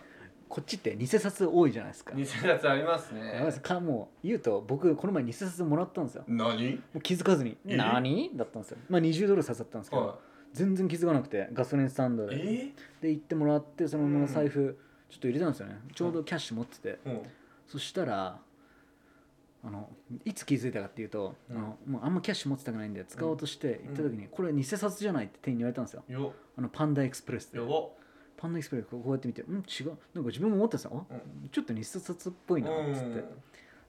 Speaker 3: こっちって偽札多いじゃないですか
Speaker 2: 偽札ありますね
Speaker 3: やばいですかもう言うと僕この前偽札もらったんですよ
Speaker 2: 何
Speaker 3: もう気づかずに「
Speaker 2: え
Speaker 3: 何?」だったんですよまあ20ドル刺さったんですけど、
Speaker 2: は
Speaker 3: 全然気づかなくてガソリンスタン
Speaker 2: い
Speaker 3: ドで
Speaker 2: え
Speaker 3: で行ってもらってそのま
Speaker 2: う
Speaker 3: ま
Speaker 2: ん
Speaker 3: 財布ちょっと入れたんですよね、ちょうどキャッシュ持ってて、
Speaker 2: ー、うん
Speaker 3: そしたらあのいつ気づいたかっていうと、
Speaker 2: うん
Speaker 3: あのもうあんまキャッシュ持ってたくないんで使おうとして行った時に、これ偽札じゃないって店員に言われたんですよ
Speaker 2: よ
Speaker 3: あのパンダエクスプレスで
Speaker 2: やば
Speaker 3: パンダエクスプレスこうやって見てうん違うなんか自分も思ってたんですよあ
Speaker 2: う
Speaker 3: ちょっと偽札っぽいなっつって、
Speaker 2: や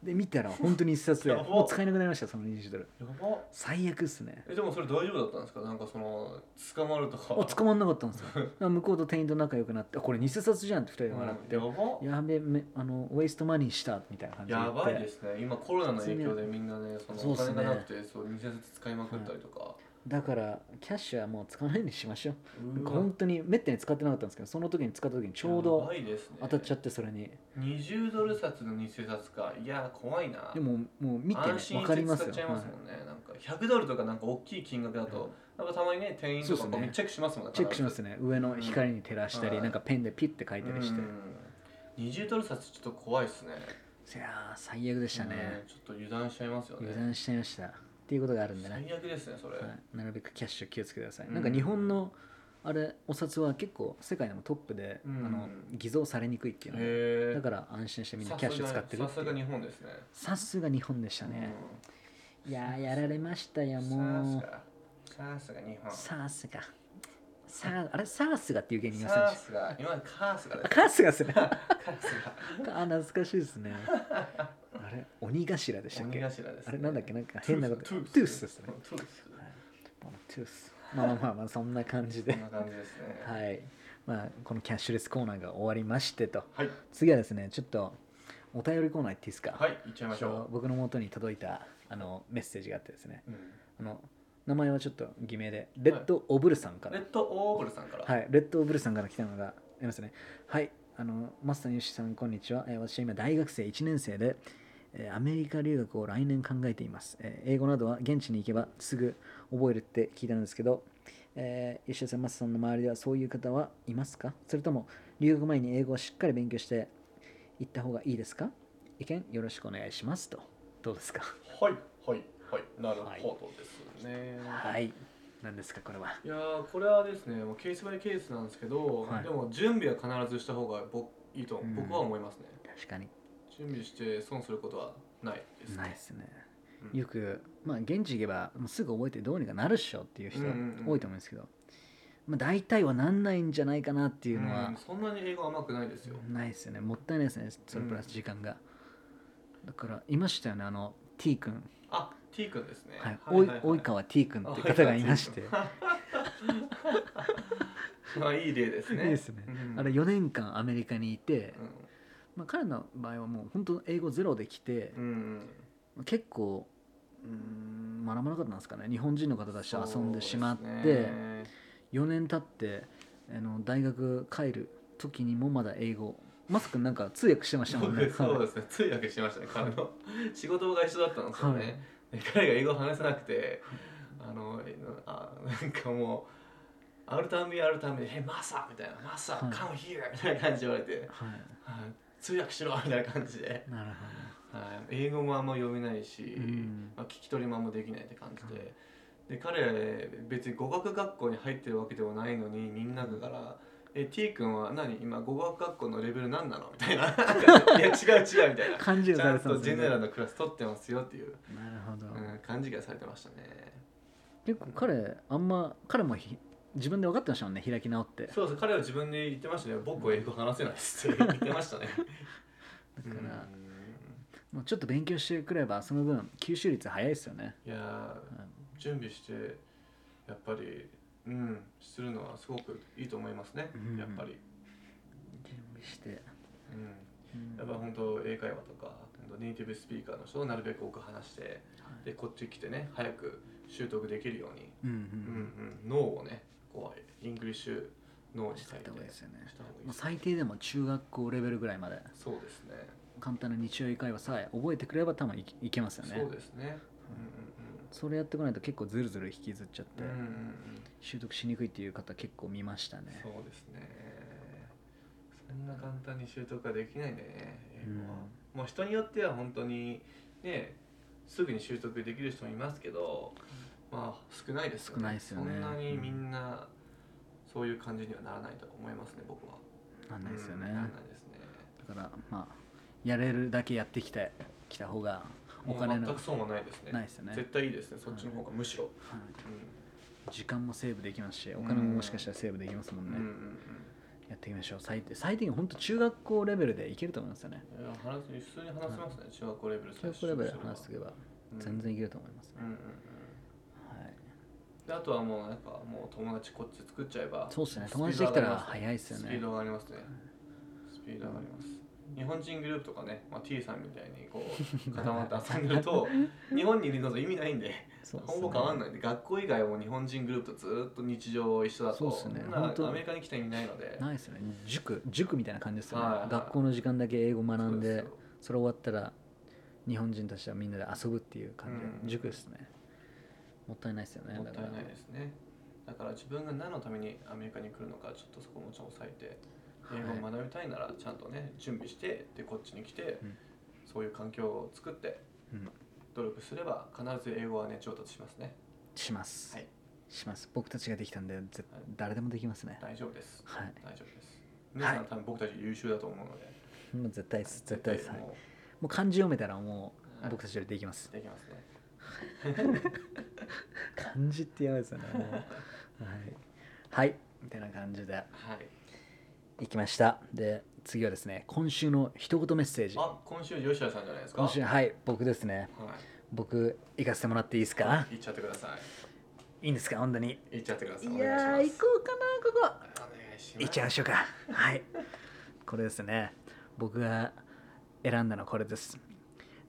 Speaker 3: で見たら本当に偽札で
Speaker 2: やば
Speaker 3: もう使えなくなりましたその20ドル
Speaker 2: ば
Speaker 3: 最悪っすね
Speaker 2: えでもそれ大丈夫だったんですかなんかその捕まるとか
Speaker 3: あ捕まんなかったんですよだから 向こうと店員と仲良くなってあこれ偽札じゃんって2人で笑って、
Speaker 2: うんやば
Speaker 3: やべめあのウェイストマニーしたみたいな感じで
Speaker 2: や
Speaker 3: 言って
Speaker 2: ばいですね今コロナの影響でみんなねそのお金がなくてそう,、
Speaker 3: そうっ
Speaker 2: 偽札使いまくったりとか
Speaker 3: だからキャッシュはもう使わないようにしましょう
Speaker 2: うわ
Speaker 3: 本当にめったに使ってなかったんですけどその時に使った時にちょう
Speaker 2: や
Speaker 3: ど
Speaker 2: ばいですね
Speaker 3: 当たっちゃってそれに
Speaker 2: 20ドル札の偽札かいや怖いな
Speaker 3: でももう見てね
Speaker 2: 安心
Speaker 3: 分
Speaker 2: し
Speaker 3: か
Speaker 2: て
Speaker 3: りま
Speaker 2: 使
Speaker 3: す
Speaker 2: っ
Speaker 3: よ
Speaker 2: ちゃいますもんね、なんか100ドルとかなんか大きい金額だと、なんかたまにね店員とか
Speaker 3: そうっす
Speaker 2: こ
Speaker 3: ね
Speaker 2: うチェックしますもんね
Speaker 3: チェックします
Speaker 2: ね
Speaker 3: ね上の光に照らしたり、
Speaker 2: うん
Speaker 3: なんかペンでピッて書いたりして、
Speaker 2: 20ドル札ちょっと怖いですね
Speaker 3: いやー最悪でしたね、
Speaker 2: うんちょっと油断しちゃいますよね
Speaker 3: 油断しちゃいましたっていうことがあるんでね、
Speaker 2: 最悪ですねそれ、
Speaker 3: はい、なるべくキャッシュ気をつけてください、
Speaker 2: うん
Speaker 3: なんか日本のあれお札は結構世界でもトップで、
Speaker 2: うん
Speaker 3: あの偽造されにくいっていうので
Speaker 2: へえ
Speaker 3: だから安心してみんなキャッシュ使ってるっ
Speaker 2: さ
Speaker 3: て
Speaker 2: すが
Speaker 3: いう
Speaker 2: 日本ですね
Speaker 3: さすが日本でしたね、いやーやられました
Speaker 2: う
Speaker 3: よ
Speaker 2: ん
Speaker 3: もう
Speaker 2: さすがさすが日本
Speaker 3: サースがサーあれサースがっていう芸人がするん
Speaker 2: さ
Speaker 3: でしょ
Speaker 2: すが今までカースがです
Speaker 3: あカースがするあ
Speaker 2: カースが
Speaker 3: 懐かしいですねあれ鬼頭でしたっ
Speaker 2: 鬼
Speaker 3: け
Speaker 2: 頭です、ね、
Speaker 3: あれなんだっけなんか変なこと
Speaker 2: トゥース
Speaker 3: トゥースですね
Speaker 2: トゥース
Speaker 3: トゥースまあまあまあまあそんな感じ
Speaker 2: こ
Speaker 3: で
Speaker 2: んな感じですね
Speaker 3: はい、まあ、このキャッシュレスコーナーが終わりましてと
Speaker 2: はい
Speaker 3: 次はですねちょっとお便りコーナー行っていいですか、
Speaker 2: はい行っちゃいまし
Speaker 3: ちょっと
Speaker 2: ょ
Speaker 3: 僕の元に届いたあのメッセージがあってですね
Speaker 2: う、
Speaker 3: あの名前はちょっと偽名でレッド・オブルさんか
Speaker 2: うん、レ
Speaker 3: ら、
Speaker 2: ッドオーブルさんから、、
Speaker 3: はいい、レッド・オブルさんから来たのがありますねはいあのマスター・ユシさんこんにちは、えー私は今大学生1年生でえーアメリカ留学を来年考えています、えー英語などは現地に行けばすぐ覚えるって聞いたんですけど、えー、吉田さん、マスさんの周りではそういう方はいますかそれとも留学前に英語をしっかり勉強して行った方がいいですか意見よろしくお願いしますとどうですか
Speaker 2: はいはいはいなるほどですね、
Speaker 3: はい何ですかこれはい
Speaker 2: やーこれはですねもうケースバイケースなんですけど、
Speaker 3: はい
Speaker 2: でも準備は必ずした方が僕いいと、
Speaker 3: うん
Speaker 2: 僕は思いますね
Speaker 3: 確かに
Speaker 2: 準備して損することはないです
Speaker 3: ないですね
Speaker 2: うん
Speaker 3: よくまあ現地行けばもうすぐ覚えてどうにかなるっしょっていう人
Speaker 2: うんうんうん
Speaker 3: 多いと思うんですけど、まあ、大体はなんないんじゃないかなっていうのは
Speaker 2: ん、そんなに英語甘くないですよ、
Speaker 3: ないですよねもったいないですねそれプラス時間が、だからいましたよねあの T 君、
Speaker 2: あ T 君ですね
Speaker 3: はい
Speaker 2: はいはい
Speaker 3: おい及川 T 君っていう方がいまして、
Speaker 2: まあいい例ですね
Speaker 3: いいですね
Speaker 2: うん
Speaker 3: あれ
Speaker 2: うん
Speaker 3: 4年間アメリカにいて、まあ、彼の場合はもう本当英語ゼロで来て
Speaker 2: う、ん
Speaker 3: 結構うーん学ばなかったんですかね日本人の方たちと遊んでしまって、
Speaker 2: そうですね
Speaker 3: 4年経ってあの大学帰る時にもまだ英語マスクなんか通訳してましたもんね
Speaker 2: 僕そう
Speaker 3: は
Speaker 2: で
Speaker 3: い
Speaker 2: すね通訳してましたね彼の仕事が一緒だったんですよ
Speaker 3: はい
Speaker 2: ね、で彼が英語話せなくてあのあなんかもうあるたんびあるたんび「Hey マサ!」みたいな「マサ、
Speaker 3: はい
Speaker 2: come here!」みたいな感じで言われて
Speaker 3: はい
Speaker 2: はい「通訳しろ!」みたいな感じで、
Speaker 3: なる
Speaker 2: はい、英語もあんま読めないし、
Speaker 3: うん
Speaker 2: まあ、聞き取りもあんまできないって感じで。で彼別に語学学校に入ってるわけでもないのにみんなから「え T 君は何今語学学校のレベル何なの?」みたいな 「いや違う違う」みたいな
Speaker 3: ほど感じが
Speaker 2: ち
Speaker 3: さ
Speaker 2: ゃ
Speaker 3: れ
Speaker 2: ん
Speaker 3: てたん
Speaker 2: と
Speaker 3: で
Speaker 2: ジェ
Speaker 3: す
Speaker 2: ネラ
Speaker 3: ね
Speaker 2: ルのクラス取ってますよっていう、
Speaker 3: なるほど、
Speaker 2: うん、勘違いされてましたね
Speaker 3: 結構彼あんま彼もひ自分で分かってましたもんね開き直ってだか
Speaker 2: そうです彼は自分で言ってましたね僕は英語話せないですって言ってました ね
Speaker 3: ら、
Speaker 2: うん
Speaker 3: もうちょっと勉強してくればその分吸収率早いですよね、
Speaker 2: いやー
Speaker 3: う
Speaker 2: 準備してやっぱりうんするのはすごくいいと思いますね、
Speaker 3: うん
Speaker 2: やっぱり、
Speaker 3: ん準備して、
Speaker 2: うん、
Speaker 3: うん
Speaker 2: やっぱ本当英会話とか本当ネイティブスピーカーの人をなるべく多く話して
Speaker 3: はい
Speaker 2: でこっち来てね早く習得できるように、
Speaker 3: うんう
Speaker 2: うん
Speaker 3: ん
Speaker 2: うん、脳をねこうイングリッシュ脳
Speaker 3: うん
Speaker 2: に
Speaker 3: して
Speaker 2: 書
Speaker 3: い
Speaker 2: い
Speaker 3: ってた方がいいですよね
Speaker 2: した方がいい
Speaker 3: も
Speaker 2: で
Speaker 3: う
Speaker 2: す
Speaker 3: 最低でも中学校レベルぐらいまで
Speaker 2: そうですね
Speaker 3: 簡単な日曜英会話さえ覚えてくれば多分いけいけますよね
Speaker 2: そうですね。
Speaker 3: それやってこないと結構ズルズル引きずっちゃって、
Speaker 2: うんうんうん。うんうん
Speaker 3: 習得しにくいっていう方結構見ました
Speaker 2: うん
Speaker 3: ね
Speaker 2: そうですね。そんな簡単に習得ができないんだよね。英語は。もう人によっては本当にねすぐに習得できる人もいますけど、まあ少ないですよね。
Speaker 3: 少ないですよね
Speaker 2: そんなにみんなそういう感じにはならないと思いますね。僕は。
Speaker 3: なんないですよね、
Speaker 2: うんならないですね。
Speaker 3: だからまあやれるだけやってきてきた方がお金
Speaker 2: もう
Speaker 3: の、
Speaker 2: 全く損はないですね。
Speaker 3: ないですよね
Speaker 2: 絶対いいですね。そっちの方がむしろ。
Speaker 3: はい
Speaker 2: うん
Speaker 3: 時間もセーブできますしお金ももしかしたらセーブできますもんね、
Speaker 2: うんうん
Speaker 3: やっていきましょう最低最低限本当中学校レベルでいけると思いますよね
Speaker 2: うん。いや話す普通に話せますね。中学校レベル。
Speaker 3: 中学校レベルで話しておけば全然いけると思いますね、
Speaker 2: うんうんうん
Speaker 3: はい、
Speaker 2: であとはもうなんかもう友達こっち作っちゃえば
Speaker 3: そうですね
Speaker 2: スピー
Speaker 3: 友達で
Speaker 2: ド
Speaker 3: き
Speaker 2: 上がり
Speaker 3: たら
Speaker 2: ますね
Speaker 3: 早いですよ
Speaker 2: スピー
Speaker 3: ね
Speaker 2: ド上がりますねスピード上がります日本人グループとかね、まあ、T さんみたいにこう固まって遊んでる と日本にいるのと意味ないんで
Speaker 3: そうっすね
Speaker 2: 今後変わんないんで学校以外も日本人グループとずっと日常一緒だと
Speaker 3: そうっすね
Speaker 2: んな
Speaker 3: 本当
Speaker 2: アメリカに来た意味ないので
Speaker 3: ないですよね塾塾みたいな感じですよね、
Speaker 2: はいはい
Speaker 3: 学校の時間だけ英語学ん
Speaker 2: そう
Speaker 3: です
Speaker 2: よ
Speaker 3: それ終わったら日本人たちはみんなで遊ぶっていう感じ、
Speaker 2: うん
Speaker 3: 塾ですねもったいないですよね
Speaker 2: もったいない
Speaker 3: だか
Speaker 2: ですねだから自分が何のためにアメリカに来るのかちょっとそこもちろん抑えて
Speaker 3: はい
Speaker 2: 英語を学びたいならちゃんとね準備してでこっちに来て、
Speaker 3: うん
Speaker 2: そういう環境を作って
Speaker 3: らうん、
Speaker 2: 努力すれば必ず英語はね上達しますね
Speaker 3: します、
Speaker 2: はい
Speaker 3: します僕たちができたんで絶
Speaker 2: はい
Speaker 3: 誰でもできますね
Speaker 2: 大丈夫です
Speaker 3: はい
Speaker 2: 大丈夫です皆さん、
Speaker 3: はい
Speaker 2: 多分僕たち優秀だと思うので
Speaker 3: もう絶対です絶対ですはい
Speaker 2: も
Speaker 3: もう漢字読めたらも
Speaker 2: は
Speaker 3: う
Speaker 2: い
Speaker 3: 僕たちよりできます
Speaker 2: う、できますね
Speaker 3: 漢字ってやばいですよねも うはい、はい、みたいな感じで
Speaker 2: はい
Speaker 3: いきましたで次はですね今週の一言メッセージ
Speaker 2: あ今週吉田さんじゃないですか
Speaker 3: 今週はい僕ですね
Speaker 2: は
Speaker 3: 僕行かせてもらっていいですか
Speaker 2: い行っちゃってくださ
Speaker 3: いいんですか本当に
Speaker 2: い行っちゃってください
Speaker 3: い
Speaker 2: お
Speaker 3: やー
Speaker 2: 願い
Speaker 3: 行
Speaker 2: し
Speaker 3: こうかなここ
Speaker 2: ますお願いします
Speaker 3: 行っちゃいましょうかはいこれですね僕が選んだのはこれです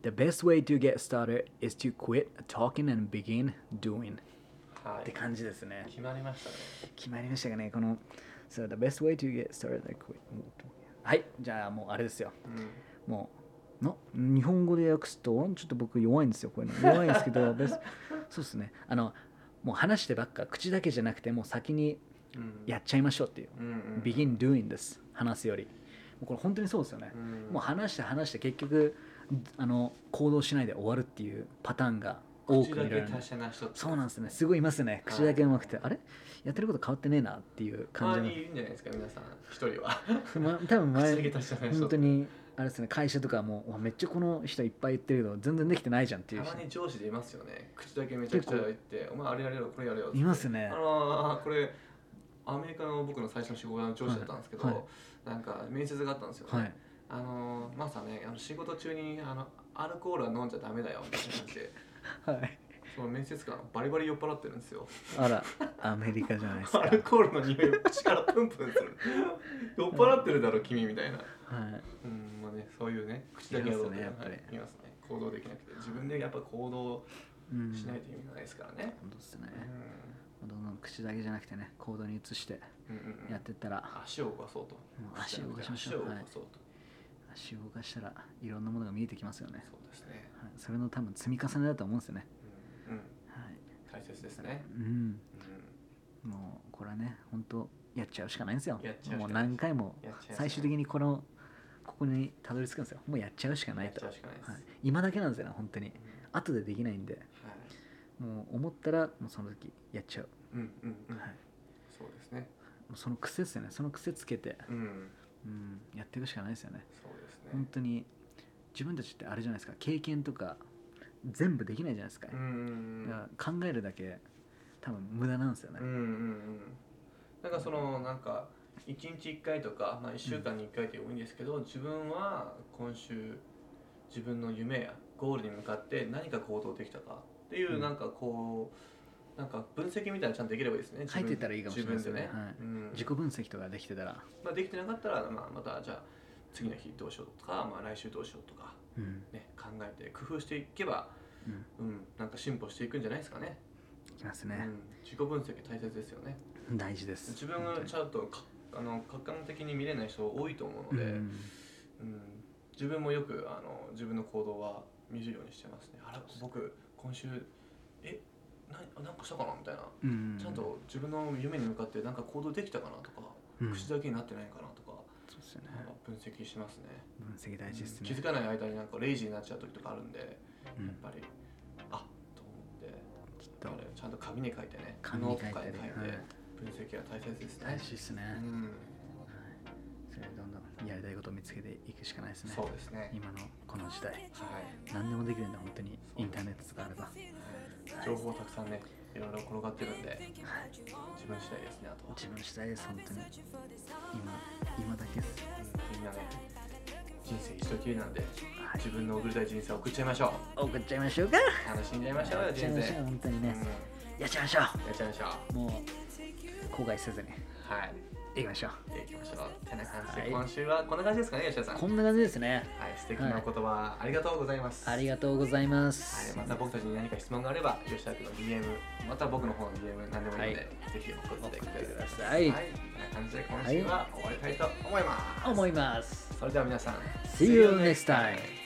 Speaker 3: The best way to get started is to quit talking and begin doing
Speaker 2: は
Speaker 3: って
Speaker 2: い
Speaker 3: 感じですね
Speaker 2: 決まりましたね
Speaker 3: 決まりましたかねこの So the best way to get started is to quit はいじゃあもうあれですよ
Speaker 2: う
Speaker 3: もうの日本語で訳すとちょっと僕弱いんですよこういうの弱いんですけど 別そうですねあのもう話してばっか口だけじゃなくてもう先に
Speaker 2: んうん
Speaker 3: やっちゃいましょうっていう、
Speaker 2: うんうん、
Speaker 3: begin doing です話すよりもうこれ本当にそうですよね
Speaker 2: う、ん、
Speaker 3: もう話して話して結局あの行動しないで終わるっていうパターンが多く見られ
Speaker 2: 口
Speaker 3: る
Speaker 2: だけ達者な人って
Speaker 3: そうなんですねすごいいますね口だけうまくて、あれやってること変わってねえなっていう感
Speaker 2: 周
Speaker 3: じの
Speaker 2: りにいるんじゃないですか皆さん一人は
Speaker 3: ま 多分
Speaker 2: 口だけ
Speaker 3: 前
Speaker 2: 達者な人
Speaker 3: 本当にあれですね会社とかもうわめっちゃこの人いっぱい言ってるけど全然できてないじゃんってい
Speaker 2: た
Speaker 3: う
Speaker 2: ま
Speaker 3: 人
Speaker 2: に上司でいますよね口だけめちゃくちゃ言ってお前あれやれよこれやれよって
Speaker 3: いますね
Speaker 2: あのーこれアメリカの僕の最初の仕事の上司だったんですけど、
Speaker 3: はいはい
Speaker 2: なんか面接があったんですよね、
Speaker 3: はい
Speaker 2: あのーまさねあの仕事中にあのアルコールは飲んじゃダメだよみたいな感じで
Speaker 3: はい
Speaker 2: その面接官バリバリ酔っ払ってるんですよ
Speaker 3: あらアメリカじゃないですか、
Speaker 2: ア
Speaker 3: はい
Speaker 2: ル、コールの匂いを口からプンプンする酔っ払ってるだろ君みたいなうんまあねそういうね口だけやろうと
Speaker 3: いますねやっぱり
Speaker 2: はいいますね行動できなくて自分でやっぱ行動
Speaker 3: うん
Speaker 2: しないと意味がないですからね、
Speaker 3: 本当ですね
Speaker 2: う
Speaker 3: どんどん口だけじゃなくてね行動に移して
Speaker 2: んうんうんうん
Speaker 3: やってったら
Speaker 2: 足を動かそうと
Speaker 3: うん足を動かしまし
Speaker 2: 足
Speaker 3: ょう
Speaker 2: を動かそうと、
Speaker 3: 足を動かしたらいろんなものが見えてきますよね、
Speaker 2: そうですね、
Speaker 3: はい、それの多分積み重ねだと思うんですよね、
Speaker 2: うんうん、
Speaker 3: は
Speaker 2: 大
Speaker 3: い
Speaker 2: 切ですね、
Speaker 3: うん、
Speaker 2: う
Speaker 3: もうこれはね本当やっちゃうしかないんですよ
Speaker 2: やっちゃうしかない
Speaker 3: もう何回も
Speaker 2: ん、やっちゃうしかない
Speaker 3: 最終的にこのここにたどり着くんですよもうやっちゃうしかな
Speaker 2: や
Speaker 3: い
Speaker 2: っ
Speaker 3: と
Speaker 2: ちゃうしかないです、
Speaker 3: は
Speaker 2: はいい、
Speaker 3: 今だけなんですよね本当に後でできないんでもう思ったらもうその時やっちゃう、
Speaker 2: うんうんうん、
Speaker 3: はい、
Speaker 2: そうですね
Speaker 3: もうその癖ですよねその癖つけて、
Speaker 2: うん
Speaker 3: うん、やっていくしかないですよね
Speaker 2: そうです
Speaker 3: 本
Speaker 2: ね
Speaker 3: 当に自分たちってあれじゃないですか経験とか全部できないじゃないですか,、
Speaker 2: うんうん
Speaker 3: だから考えるだけ多分無駄なんですよね
Speaker 2: うんうんうんうんなんかそのなんか1日1回とか、まあ、1週間に1回でもいいんですけど、自分は今週自分の夢やゴールに向かって何か行動できたかっていううんなんかこう、なんか分析みたいなのちゃんとできればいいですね自分
Speaker 3: 入ってたらいいかもしれないですね
Speaker 2: 自分でね
Speaker 3: はい
Speaker 2: うん
Speaker 3: 自己分析とかできてたら、
Speaker 2: まあ、できてなかったら、まあ、またじゃあ次の日どうしようとか、まあ、来週どうしようとか、
Speaker 3: うん
Speaker 2: ね、考えて工夫していけば、
Speaker 3: うん、
Speaker 2: うん、なんか進歩していくんじゃないですかね
Speaker 3: いきます
Speaker 2: う
Speaker 3: ね、
Speaker 2: ん、自己分析大切ですよね
Speaker 3: 大事です
Speaker 2: 自分
Speaker 3: 本
Speaker 2: が
Speaker 3: 当に
Speaker 2: ちゃんとかあの客観的に見れない人多いと思うので、う
Speaker 3: うんん
Speaker 2: 自分もよくあの自分の行動は見るようにしてますねあら僕今週えななんかしたかなみたいな、
Speaker 3: うん
Speaker 2: ちゃんと自分の夢に向かってなんか行動できたかなとか、
Speaker 3: うん
Speaker 2: 口だけになってないかなとか
Speaker 3: そうですよね
Speaker 2: なんか分析しますね
Speaker 3: 分析大事ですね
Speaker 2: 気づかない間になんかレイジーになっちゃう時とかあるんでやっ
Speaker 3: うん
Speaker 2: ぱりあと思って
Speaker 3: きっ
Speaker 2: だ
Speaker 3: と
Speaker 2: からちゃんと紙に書いてね
Speaker 3: 紙に書いて
Speaker 2: ノート
Speaker 3: ね
Speaker 2: とかに書いて
Speaker 3: はい
Speaker 2: 分析は大切ですね
Speaker 3: 大事ですね、
Speaker 2: うん
Speaker 3: それでどんどんやりたいことを見つけていくしかないですね
Speaker 2: そうですね
Speaker 3: 今のこの時代
Speaker 2: はい
Speaker 3: 何でもできるんだ本当にインターネットとかあれば
Speaker 2: 情報たくさんねいろいろ転がってるんで自分次第ですねあとは
Speaker 3: 自分次第です本当に今今だけです
Speaker 2: うんみんなね人生一度きりなんで
Speaker 3: はい
Speaker 2: 自分の送りたい人生を送っちゃいましょ
Speaker 3: 送っちゃいましょうか
Speaker 2: う楽しんじゃいましょうよ
Speaker 3: やっ
Speaker 2: 人
Speaker 3: ちゃい
Speaker 2: 生
Speaker 3: ましょう本当にね
Speaker 2: うん
Speaker 3: やっちゃいましょ
Speaker 2: やっちゃいましょ
Speaker 3: うもう後悔せずに
Speaker 2: うはい
Speaker 3: いきましょう
Speaker 2: やっていきましょうてな感じで、
Speaker 3: はい
Speaker 2: 今週はこんな感じですかね吉田さん
Speaker 3: こんな感じですね
Speaker 2: はい、素敵なお言葉、ありがとうございます。
Speaker 3: ありがとうございま
Speaker 2: は
Speaker 3: す
Speaker 2: い、また僕たちに何か質問があれば、吉田君の DM、また僕の方の DM、何でもいいので、
Speaker 3: はい
Speaker 2: ぜひ送ってくだ
Speaker 3: 送ってくだ
Speaker 2: さい。は
Speaker 3: さい
Speaker 2: い、こんな感じで今週は終わりたいと思います。
Speaker 3: 思います
Speaker 2: それでは皆さん、
Speaker 3: See you next time.